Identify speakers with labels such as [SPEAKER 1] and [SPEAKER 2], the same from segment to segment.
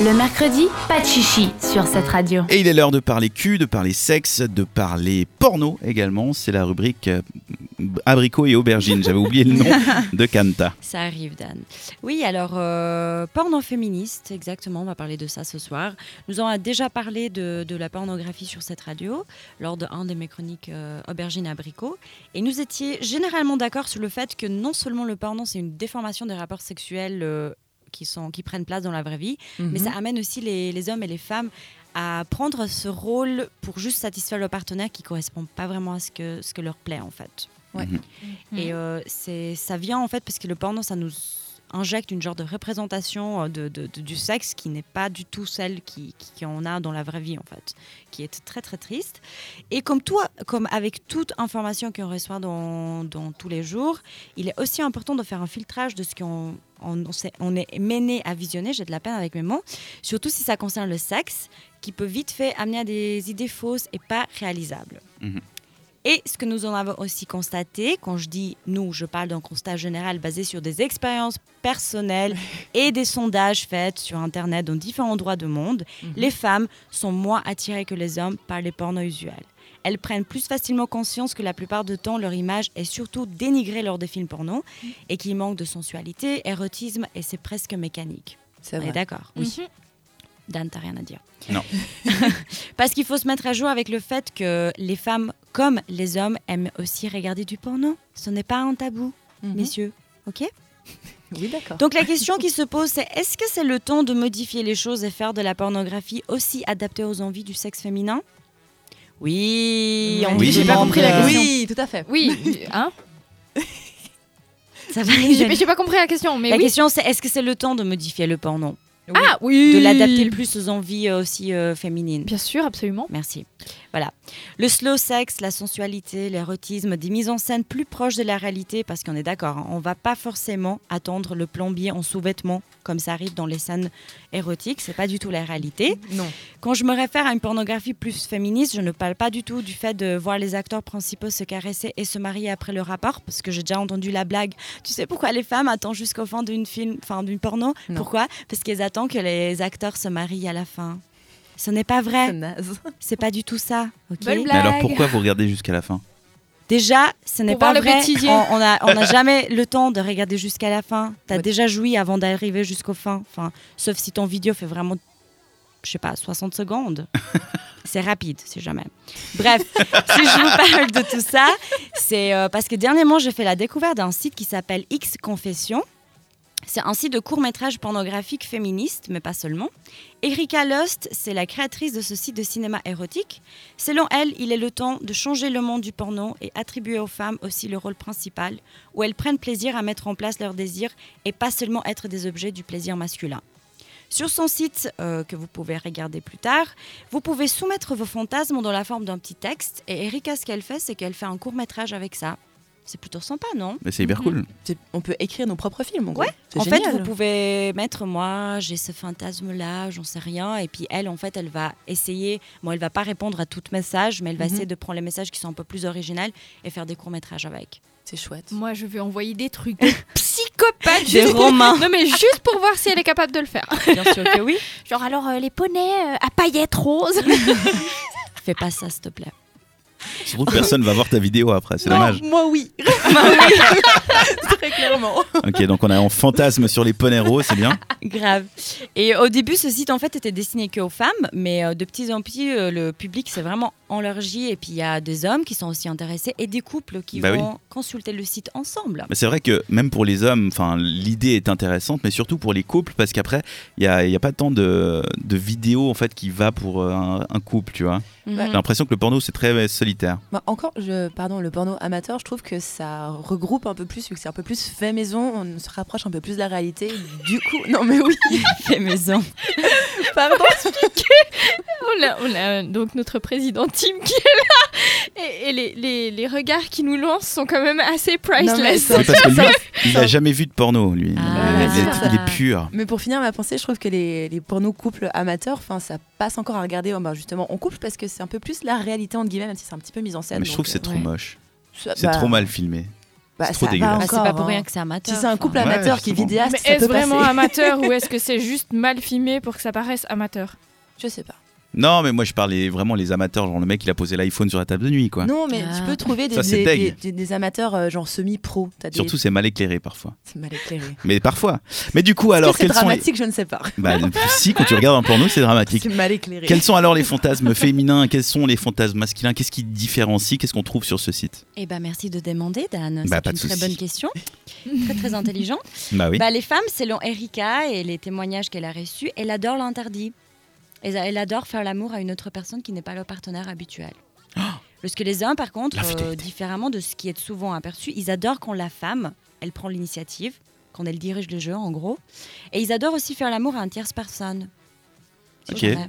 [SPEAKER 1] Le mercredi, pas de chichi sur cette radio.
[SPEAKER 2] Et il est l'heure de parler cul, de parler sexe, de parler porno également. C'est la rubrique euh, abricot et aubergine. J'avais oublié le nom de Kanta.
[SPEAKER 3] Ça arrive, Dan. Oui, alors, euh, porno féministe, exactement, on va parler de ça ce soir. Nous en a déjà parlé de, de la pornographie sur cette radio lors de un de mes chroniques euh, Aubergine Abricot. Et nous étions généralement d'accord sur le fait que non seulement le porno, c'est une déformation des rapports sexuels euh, qui, sont, qui prennent place dans la vraie vie, mais ça amène aussi les, les hommes et les femmes à prendre ce rôle pour juste satisfaire leur partenaire qui correspond pas vraiment à ce que, ce que leur plaît en fait.
[SPEAKER 4] Ouais.
[SPEAKER 2] Mhm.
[SPEAKER 3] Et euh, c'est ça vient en fait parce que le porno ça nous injecte une genre de représentation euh, de, de- de- du sexe qui n'est pas du tout celle qui, qui, qui en a dans la vraie vie en fait, qui est très très triste. Et comme toi, comme avec toute information qu'on reçoit dans, dans tous les jours, il est aussi important de faire un filtrage de ce qu'on on, on s'est- on est mené à visionner. J'ai de la peine avec mes mots, surtout si ça concerne le sexe, qui peut vite fait amener à des idées fausses et pas réalisables.
[SPEAKER 2] Mhm.
[SPEAKER 3] Et ce que nous en avons aussi constaté, quand je dis nous, je parle d'un constat général basé sur des expériences personnelles et des sondages faits sur Internet dans différents endroits du monde,
[SPEAKER 4] Mhm.
[SPEAKER 3] les femmes sont moins attirées que les hommes par les pornos usuels. Elles prennent plus facilement conscience que la plupart du temps leur image est surtout dénigrée lors des films pornos
[SPEAKER 4] Mhm.
[SPEAKER 3] et qu'il manque de sensualité, érotisme et c'est presque mécanique.
[SPEAKER 4] C'est
[SPEAKER 3] On est
[SPEAKER 4] vrai.
[SPEAKER 3] d'accord Oui. Dan, t'as rien à dire.
[SPEAKER 2] Non.
[SPEAKER 3] Parce qu'il faut se mettre à jour avec le fait que les femmes, comme les hommes, aiment aussi regarder du porno. Ce n'est pas un tabou,
[SPEAKER 4] Mhm.
[SPEAKER 3] messieurs. Ok
[SPEAKER 4] Oui, d'accord.
[SPEAKER 3] donc la question qui se pose, c'est est-ce que c'est le temps de modifier les choses et faire de la pornographie aussi adaptée aux envies du sexe féminin Oui, on
[SPEAKER 2] Oui.
[SPEAKER 3] vous
[SPEAKER 2] J'ai pas
[SPEAKER 3] demande,
[SPEAKER 2] compris la
[SPEAKER 3] euh,
[SPEAKER 2] question.
[SPEAKER 4] Oui, tout à fait.
[SPEAKER 5] Oui, hein
[SPEAKER 3] ça va,
[SPEAKER 5] J'ai
[SPEAKER 3] Isabelle.
[SPEAKER 5] j'ai pas compris la question, mais
[SPEAKER 3] La
[SPEAKER 5] oui.
[SPEAKER 3] question, c'est est-ce que c'est le temps de modifier le porno
[SPEAKER 5] Ah oui
[SPEAKER 3] De l'adapter plus aux envies euh, aussi euh, féminines
[SPEAKER 5] Bien sûr, absolument.
[SPEAKER 3] Merci. Voilà. Le slow sex, la sensualité, l'érotisme, des mises en scène plus proches de la réalité, parce qu'on est d'accord, hein, on va pas forcément attendre le plombier en sous-vêtements, comme ça arrive dans les scènes érotiques, c'est pas du tout la réalité.
[SPEAKER 4] Non.
[SPEAKER 3] Quand je me réfère à une pornographie plus féministe, je ne parle pas du tout du fait de voir les acteurs principaux se caresser et se marier après le rapport, parce que j'ai déjà entendu la blague. Tu sais pourquoi les femmes attendent jusqu'au fin d'une film, enfin d'une porno
[SPEAKER 4] Non.
[SPEAKER 3] Pourquoi Parce qu'elles attendent que les acteurs se marient à la fin. Ce n'est pas
[SPEAKER 2] Ah.
[SPEAKER 3] vrai.
[SPEAKER 4] C'est naze.
[SPEAKER 3] C'est pas du tout ça, ok
[SPEAKER 5] Bonne
[SPEAKER 2] Mais alors
[SPEAKER 5] Blague.
[SPEAKER 2] pourquoi vous regardez jusqu'à la fin
[SPEAKER 3] Déjà, ce n'est
[SPEAKER 5] Pour
[SPEAKER 3] pas
[SPEAKER 5] voir le
[SPEAKER 3] vrai.
[SPEAKER 5] bêtisier.
[SPEAKER 3] on on a, on a jamais le temps de regarder jusqu'à la fin. T'as
[SPEAKER 4] Ouais.
[SPEAKER 3] déjà joui avant d'arriver jusqu'au fin. Enfin, sauf si ton vidéo fait vraiment, je sais pas, 60 secondes. C'est rapide, si jamais. Bref, si je vous parle de tout ça, c'est euh, parce que dernièrement, j'ai fait la découverte d'un site qui s'appelle X Confession. C'est un site de court-métrage pornographique féministe, mais pas seulement. Erika Lust, c'est la créatrice de ce site de cinéma érotique. Selon elle, il est le temps de changer le monde du porno et attribuer aux femmes aussi le rôle principal, où elles prennent plaisir à mettre en place leurs désirs et pas seulement être des objets du plaisir masculin. Sur son site, euh, que vous pouvez regarder plus tard, vous pouvez soumettre vos fantasmes dans la forme d'un petit texte. Et Erika, ce qu'elle fait, c'est qu'elle fait un court métrage avec ça. C'est plutôt sympa, non
[SPEAKER 2] Mais c'est
[SPEAKER 4] Mm-hmm.
[SPEAKER 2] hyper cool.
[SPEAKER 4] C'est- On peut écrire nos propres films, en gros.
[SPEAKER 3] Ouais.
[SPEAKER 4] C'est
[SPEAKER 3] en
[SPEAKER 4] génial.
[SPEAKER 3] fait, vous pouvez mettre moi, j'ai ce fantasme là, j'en sais rien. Et puis elle, en fait, elle va essayer. Bon, elle va pas répondre à tout message, mais elle va
[SPEAKER 4] Mhm.
[SPEAKER 3] essayer de prendre les messages qui sont un peu plus originaux et faire des courts métrages avec.
[SPEAKER 4] C'est chouette.
[SPEAKER 5] Moi, je vais envoyer des trucs de psychopathe.
[SPEAKER 3] Des
[SPEAKER 5] juste-
[SPEAKER 3] Romains.
[SPEAKER 5] Non, mais juste pour voir si elle est capable de le faire.
[SPEAKER 3] Bien sûr que oui.
[SPEAKER 5] Genre, alors, euh, les poneys euh, à paillettes roses.
[SPEAKER 3] Fais pas ça, s'il te plaît.
[SPEAKER 2] Surtout que personne va voir ta vidéo après, c'est
[SPEAKER 4] Non,
[SPEAKER 2] dommage.
[SPEAKER 4] Moi, oui. Très clairement.
[SPEAKER 2] Ok, donc on a en fantasme sur les poneys roses, c'est bien.
[SPEAKER 3] Grave. Et au début, ce site en fait était destiné qu'aux femmes, mais euh, de petits en petits, euh, le public s'est vraiment enlargi. Et puis il y a des hommes qui sont aussi intéressés et des couples qui
[SPEAKER 2] Bah oui.
[SPEAKER 3] vont consulter le site ensemble.
[SPEAKER 2] Mais c'est vrai que même pour les hommes, enfin, l'idée est intéressante, mais surtout pour les couples, parce qu'après, il n'y a, il y a pas tant de, de vidéos en fait, qui va pour euh, un, un couple, tu vois.
[SPEAKER 3] Mhm.
[SPEAKER 4] Mm.
[SPEAKER 2] J'ai l'impression que le porno, c'est très euh, solitaire.
[SPEAKER 4] Bah, encore, je, pardon, le porno amateur, je trouve que ça regroupe un peu plus, vu que c'est un peu plus fait maison, on se rapproche un peu plus de la réalité. Du coup, non mais oui,
[SPEAKER 3] Fait maison.
[SPEAKER 4] pardon.
[SPEAKER 5] on, a, on a donc notre président Tim qui est là. Et, et les, les- les regards qu'il nous lance sont quand même assez
[SPEAKER 4] Non, mais
[SPEAKER 5] priceless.
[SPEAKER 4] ça-
[SPEAKER 2] C'est parce que lui,
[SPEAKER 4] ça-
[SPEAKER 2] il n'a jamais vu de porno, lui.
[SPEAKER 3] Ah,
[SPEAKER 2] il, est- il est,
[SPEAKER 4] c'est
[SPEAKER 2] il est
[SPEAKER 3] ça.
[SPEAKER 2] pur.
[SPEAKER 4] Mais pour finir ma pensée, je trouve que les, les pornos couples amateurs, enfin, ça passe encore à regarder oh, bah, justement en couple parce que c'est un peu plus la réalité entre guillemets, même si c'est un petit peu mis en scène.
[SPEAKER 2] Mais je
[SPEAKER 4] donc,
[SPEAKER 2] trouve que c'est
[SPEAKER 4] euh,
[SPEAKER 2] trop
[SPEAKER 3] ouais.
[SPEAKER 2] moche.
[SPEAKER 4] ça-
[SPEAKER 2] C'est
[SPEAKER 4] bah,
[SPEAKER 2] trop mal filmé.
[SPEAKER 4] Bah,
[SPEAKER 2] C'est
[SPEAKER 4] ça
[SPEAKER 2] trop
[SPEAKER 4] va
[SPEAKER 2] dégueulasse.
[SPEAKER 3] Bah, c'est
[SPEAKER 4] encore,
[SPEAKER 3] pas pour
[SPEAKER 4] hein.
[SPEAKER 3] rien que c'est amateur.
[SPEAKER 4] Si c'est un couple
[SPEAKER 2] Ouais,
[SPEAKER 4] amateur qui est
[SPEAKER 2] justement.
[SPEAKER 4] vidéaste,
[SPEAKER 5] Mais
[SPEAKER 4] ça
[SPEAKER 5] est-ce
[SPEAKER 4] peut passer.
[SPEAKER 5] vraiment amateur ou est-ce que c'est juste mal filmé pour que ça paraisse amateur
[SPEAKER 4] Je sais pas.
[SPEAKER 2] Non, mais moi je parlais vraiment les amateurs, genre le mec il a posé l'iPhone sur la table de nuit quoi.
[SPEAKER 4] Non, mais
[SPEAKER 3] Ah.
[SPEAKER 4] tu peux trouver des,
[SPEAKER 2] Ça, c'est
[SPEAKER 4] des-
[SPEAKER 2] deg.
[SPEAKER 4] des- des- des amateurs euh, genre semi-pro. T'as des-
[SPEAKER 2] Surtout c'est mal éclairé parfois.
[SPEAKER 4] C'est mal éclairé.
[SPEAKER 2] Mais parfois. Mais du coup
[SPEAKER 4] Alors,
[SPEAKER 2] alors
[SPEAKER 4] c'est
[SPEAKER 2] quels sont les...
[SPEAKER 4] dramatique, je ne sais pas.
[SPEAKER 2] Bah, si quand tu regardes un porno c'est dramatique.
[SPEAKER 4] C'est mal éclairé.
[SPEAKER 2] Quels sont alors les fantasmes féminins Quels sont les fantasmes masculins Qu'est-ce qui différencie Qu'est-ce qu'on trouve sur ce site
[SPEAKER 3] Eh ben merci de demander, Dan.
[SPEAKER 2] Bah,
[SPEAKER 3] c'est
[SPEAKER 2] pas
[SPEAKER 3] une
[SPEAKER 2] de
[SPEAKER 3] très
[SPEAKER 2] souci.
[SPEAKER 3] bonne question, très très intelligente.
[SPEAKER 2] Bah oui.
[SPEAKER 3] Bah, les femmes, selon Erika et les témoignages qu'elle a reçus, elle adore l'interdit. Elle elle adore faire l'amour à une autre personne qui n'est pas leur partenaire habituel. Parce que les hommes, par contre,
[SPEAKER 2] Oh La
[SPEAKER 3] euh,
[SPEAKER 2] fidélité.
[SPEAKER 3] différemment de ce qui est souvent aperçu, ils adorent quand la femme, elle prend l'initiative, quand elle dirige le jeu, en gros. Et ils adorent aussi faire l'amour à une tierce personne. C'est
[SPEAKER 2] Ok.
[SPEAKER 3] vrai.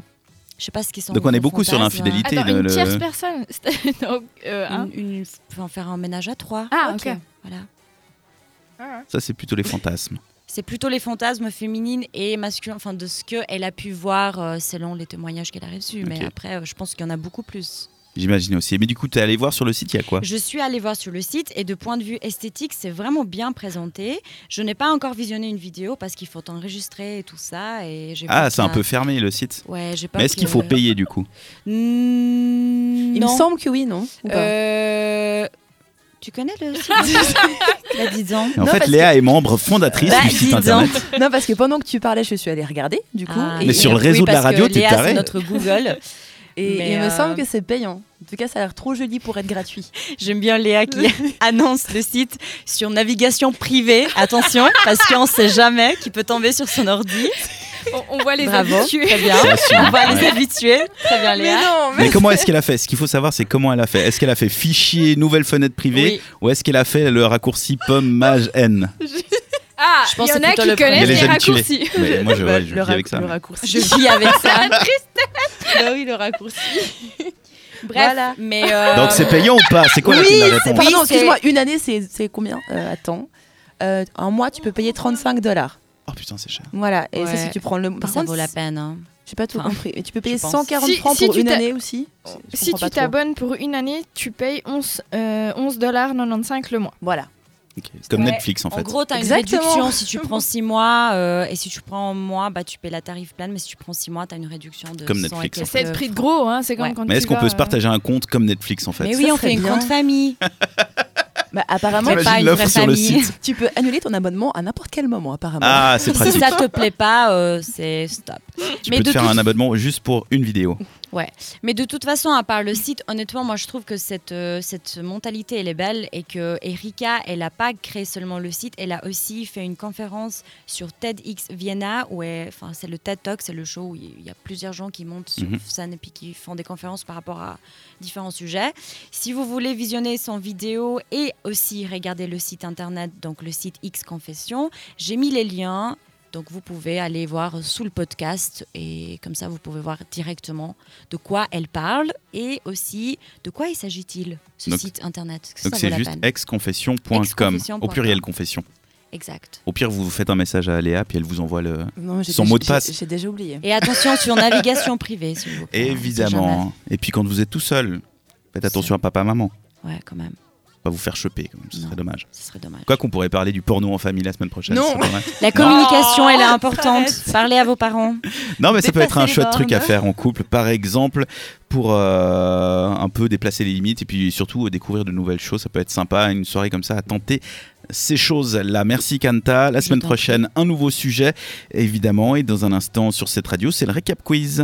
[SPEAKER 3] Je sais pas ce qu'ils sont. hein.
[SPEAKER 2] Donc on est beaucoup sur l'infidélité.
[SPEAKER 5] Attends,
[SPEAKER 2] le-
[SPEAKER 5] une
[SPEAKER 2] le-
[SPEAKER 5] tierce personne c'est- Donc, euh, hein.
[SPEAKER 3] Une, une- enfin, faire un ménage à trois.
[SPEAKER 5] Ah,
[SPEAKER 3] Autre.
[SPEAKER 5] ok.
[SPEAKER 3] Voilà.
[SPEAKER 2] Ça c'est plutôt les fantasmes.
[SPEAKER 3] C'est plutôt les fantasmes féminines et masculins, enfin de ce qu'elle a pu voir euh, selon les témoignages qu'elle a reçus. Mais
[SPEAKER 2] Ok.
[SPEAKER 3] après, euh, je pense qu'il y en a beaucoup plus.
[SPEAKER 2] J'imagine aussi. Mais du coup t'es allé voir sur le site il y a quoi
[SPEAKER 3] Je suis allée voir sur le site et de point de vue esthétique, c'est vraiment bien présenté. Je n'ai pas encore visionné une vidéo parce qu'il faut enregistrer et tout ça. Et j'ai peur
[SPEAKER 2] Ah
[SPEAKER 3] que
[SPEAKER 2] c'est un
[SPEAKER 3] ça-
[SPEAKER 2] peu fermé le site.
[SPEAKER 3] Ouais, j'ai pas.
[SPEAKER 2] Mais est-ce qu'il faut payer du coup
[SPEAKER 4] Il me semble que oui, non Ou
[SPEAKER 5] Euh.
[SPEAKER 4] pas
[SPEAKER 3] Tu connais le site Bah, dis donc.
[SPEAKER 2] En
[SPEAKER 4] Non,
[SPEAKER 2] fait
[SPEAKER 4] parce
[SPEAKER 2] Léa est membre fondatrice
[SPEAKER 3] Bah,
[SPEAKER 2] du site
[SPEAKER 3] dis
[SPEAKER 2] internet.
[SPEAKER 4] Non, parce que pendant que tu parlais, je suis allée regarder, du coup.
[SPEAKER 3] Ah.
[SPEAKER 4] et
[SPEAKER 2] Mais sur le
[SPEAKER 3] oui,
[SPEAKER 2] réseau de la
[SPEAKER 3] parce que
[SPEAKER 2] radio, t'es
[SPEAKER 3] Léa,
[SPEAKER 2] taré.
[SPEAKER 3] c'est notre Google.
[SPEAKER 4] et
[SPEAKER 3] Mais,
[SPEAKER 4] il
[SPEAKER 3] euh,
[SPEAKER 4] me semble que c'est payant. En tout cas, ça a l'air trop joli pour être gratuit.
[SPEAKER 3] J'aime bien Léa qui annonce le site sur navigation privée. Attention, parce qu'on ne sait jamais qui peut tomber sur son ordi.
[SPEAKER 5] On, on voit les
[SPEAKER 3] Bravo,
[SPEAKER 5] habitués.
[SPEAKER 3] très bien.
[SPEAKER 2] C'est assurant,
[SPEAKER 3] On va les
[SPEAKER 2] ouais.
[SPEAKER 3] habituer. Très bien, Léa.
[SPEAKER 4] non
[SPEAKER 2] Mais comment est-ce qu'elle a fait Ce qu'il faut savoir, c'est comment elle a fait. Est-ce qu'elle a fait fichier, nouvelle fenêtre privée, ou est-ce qu'elle a fait le raccourci pomme mage N
[SPEAKER 5] Ah,
[SPEAKER 3] Je
[SPEAKER 5] il
[SPEAKER 3] pense
[SPEAKER 5] y
[SPEAKER 3] que
[SPEAKER 5] en
[SPEAKER 3] c'est
[SPEAKER 5] a
[SPEAKER 3] plutôt
[SPEAKER 5] qui
[SPEAKER 3] le premier.
[SPEAKER 2] Mais
[SPEAKER 5] connaissent les
[SPEAKER 2] les habitués.
[SPEAKER 5] raccourcis.
[SPEAKER 2] Mais Moi, je, ouais, je
[SPEAKER 4] le,
[SPEAKER 2] vis avec ça.
[SPEAKER 4] rac- le
[SPEAKER 2] mais-
[SPEAKER 4] raccourci.
[SPEAKER 3] Je vis avec ça.
[SPEAKER 4] Bah oui, le raccourci.
[SPEAKER 5] Bref,
[SPEAKER 4] Voilà.
[SPEAKER 3] Mais euh,
[SPEAKER 2] Donc c'est payant ou pas C'est quoi la-
[SPEAKER 4] Oui,
[SPEAKER 2] la,
[SPEAKER 4] c'est-
[SPEAKER 2] réponse
[SPEAKER 3] Oui,
[SPEAKER 4] Pardon,
[SPEAKER 3] c'est-
[SPEAKER 4] excuse-moi, une année, c'est c'est combien Euh, Attends. Euh, un mois, tu peux payer 35 dollars.
[SPEAKER 2] Oh putain, c'est cher.
[SPEAKER 4] Voilà, et ça,
[SPEAKER 3] Ouais.
[SPEAKER 4] si tu prends le. Par
[SPEAKER 3] ça
[SPEAKER 4] contre,
[SPEAKER 3] vaut la peine. hein.
[SPEAKER 4] j'ai pas tout
[SPEAKER 3] Enfin,
[SPEAKER 4] compris. Mais tu peux payer
[SPEAKER 3] pense.
[SPEAKER 4] 140
[SPEAKER 5] Si-
[SPEAKER 4] francs
[SPEAKER 5] si
[SPEAKER 4] pour
[SPEAKER 5] tu
[SPEAKER 4] une
[SPEAKER 5] t'a-
[SPEAKER 4] année aussi Je
[SPEAKER 5] si
[SPEAKER 4] comprends
[SPEAKER 5] tu
[SPEAKER 4] pas trop.
[SPEAKER 5] t'abonnes pour une année, tu payes 11, euh, 11,95 le mois.
[SPEAKER 4] Voilà.
[SPEAKER 2] Ok, c'est Comme
[SPEAKER 3] Ouais.
[SPEAKER 2] Netflix en
[SPEAKER 3] En,
[SPEAKER 2] fait.
[SPEAKER 3] gros, tu as une
[SPEAKER 4] Exactement.
[SPEAKER 3] réduction si tu prends 6 mois. euh, et si tu prends un mois, bah, tu payes la tarif plane. Mais si tu prends 6 mois, tu as une réduction de
[SPEAKER 2] Comme
[SPEAKER 3] 100 et
[SPEAKER 2] Netflix, en
[SPEAKER 3] quelques-
[SPEAKER 4] euh,
[SPEAKER 5] C'est le prix de gros, hein, c'est comme
[SPEAKER 3] Ouais.
[SPEAKER 5] quand
[SPEAKER 2] Mais
[SPEAKER 5] tu
[SPEAKER 2] est-ce qu'on
[SPEAKER 5] vas,
[SPEAKER 2] peut se
[SPEAKER 5] euh,
[SPEAKER 2] partager un compte comme Netflix en fait
[SPEAKER 3] Mais
[SPEAKER 4] Ça
[SPEAKER 3] oui, on
[SPEAKER 4] serait
[SPEAKER 3] fait une
[SPEAKER 4] bien.
[SPEAKER 3] grande famille.
[SPEAKER 4] Bah, apparemment,
[SPEAKER 3] Mais
[SPEAKER 2] T'imagines
[SPEAKER 3] pas une
[SPEAKER 2] l'offre
[SPEAKER 3] vraie
[SPEAKER 2] sur le
[SPEAKER 3] famille.
[SPEAKER 2] site.
[SPEAKER 4] tu peux annuler ton abonnement à n'importe quel moment, apparemment.
[SPEAKER 2] Ah, c'est
[SPEAKER 3] Si
[SPEAKER 2] pratique.
[SPEAKER 3] ça te plaît pas, euh, c'est stop.
[SPEAKER 2] Tu
[SPEAKER 3] mais
[SPEAKER 2] peux te
[SPEAKER 3] de
[SPEAKER 2] faire
[SPEAKER 3] toute-
[SPEAKER 2] un abonnement juste pour une vidéo.
[SPEAKER 3] Mais de toute façon, à part le site, honnêtement, moi je trouve que cette, euh, cette mentalité, elle est belle et que Erika, elle n'a pas créé seulement le site, elle a aussi fait une conférence sur TEDx Vienna, où elle- enfin, c'est le TED Talk, c'est le show où il y a plusieurs gens qui montent sur
[SPEAKER 2] Mhm.
[SPEAKER 3] scène et puis qui font des conférences par rapport à différents sujets. Si vous voulez visionner son vidéo et aussi regarder le site internet, donc le site X Confession, j'ai mis les liens. Donc vous pouvez aller voir sous le podcast et comme ça vous pouvez voir directement de quoi elle parle et aussi de quoi il s'agit-il, ce
[SPEAKER 2] Donc-
[SPEAKER 3] site internet. Est-ce que
[SPEAKER 2] Donc
[SPEAKER 3] ça vaut
[SPEAKER 2] c'est
[SPEAKER 3] la
[SPEAKER 2] juste e-
[SPEAKER 3] peine
[SPEAKER 2] exconfession.com. Au pluriel, confession.
[SPEAKER 3] Exact.
[SPEAKER 2] Au pire, vous faites un message à Léa, puis elle vous envoie le.
[SPEAKER 4] Non, j'ai
[SPEAKER 2] Son
[SPEAKER 4] déjà-
[SPEAKER 2] mot de
[SPEAKER 4] j'ai-
[SPEAKER 2] passe.
[SPEAKER 4] J'ai déjà oublié.
[SPEAKER 3] Et attention sur navigation privée, s'il vous plaît.
[SPEAKER 2] Évidemment. Et puis quand vous êtes tout seul, faites attention à papa, maman.
[SPEAKER 3] On sait jamais. Ouais, quand même.
[SPEAKER 2] Pas vous faire choper, quand même, ce serait
[SPEAKER 3] Non.
[SPEAKER 2] dommage.
[SPEAKER 3] Ce serait dommage.
[SPEAKER 2] Quoi qu'on pourrait parler du porno en famille la semaine prochaine.
[SPEAKER 4] Non.
[SPEAKER 2] c'est pas mal.
[SPEAKER 3] La communication, elle est importante. Parlez à vos parents.
[SPEAKER 2] Non, mais ça peut
[SPEAKER 4] Dépasser
[SPEAKER 2] être un
[SPEAKER 4] les
[SPEAKER 2] chouette truc à
[SPEAKER 4] bornes.
[SPEAKER 2] faire en couple, par exemple, pour euh, un peu déplacer les limites et puis surtout euh, découvrir de nouvelles choses. Ça peut être sympa, une soirée comme ça, à tenter ces choses-là. Merci Kanta. La
[SPEAKER 3] Je
[SPEAKER 2] semaine
[SPEAKER 3] t'en prie.
[SPEAKER 2] prochaine, un nouveau sujet, évidemment. Et dans un instant, sur cette radio, c'est le récap quiz.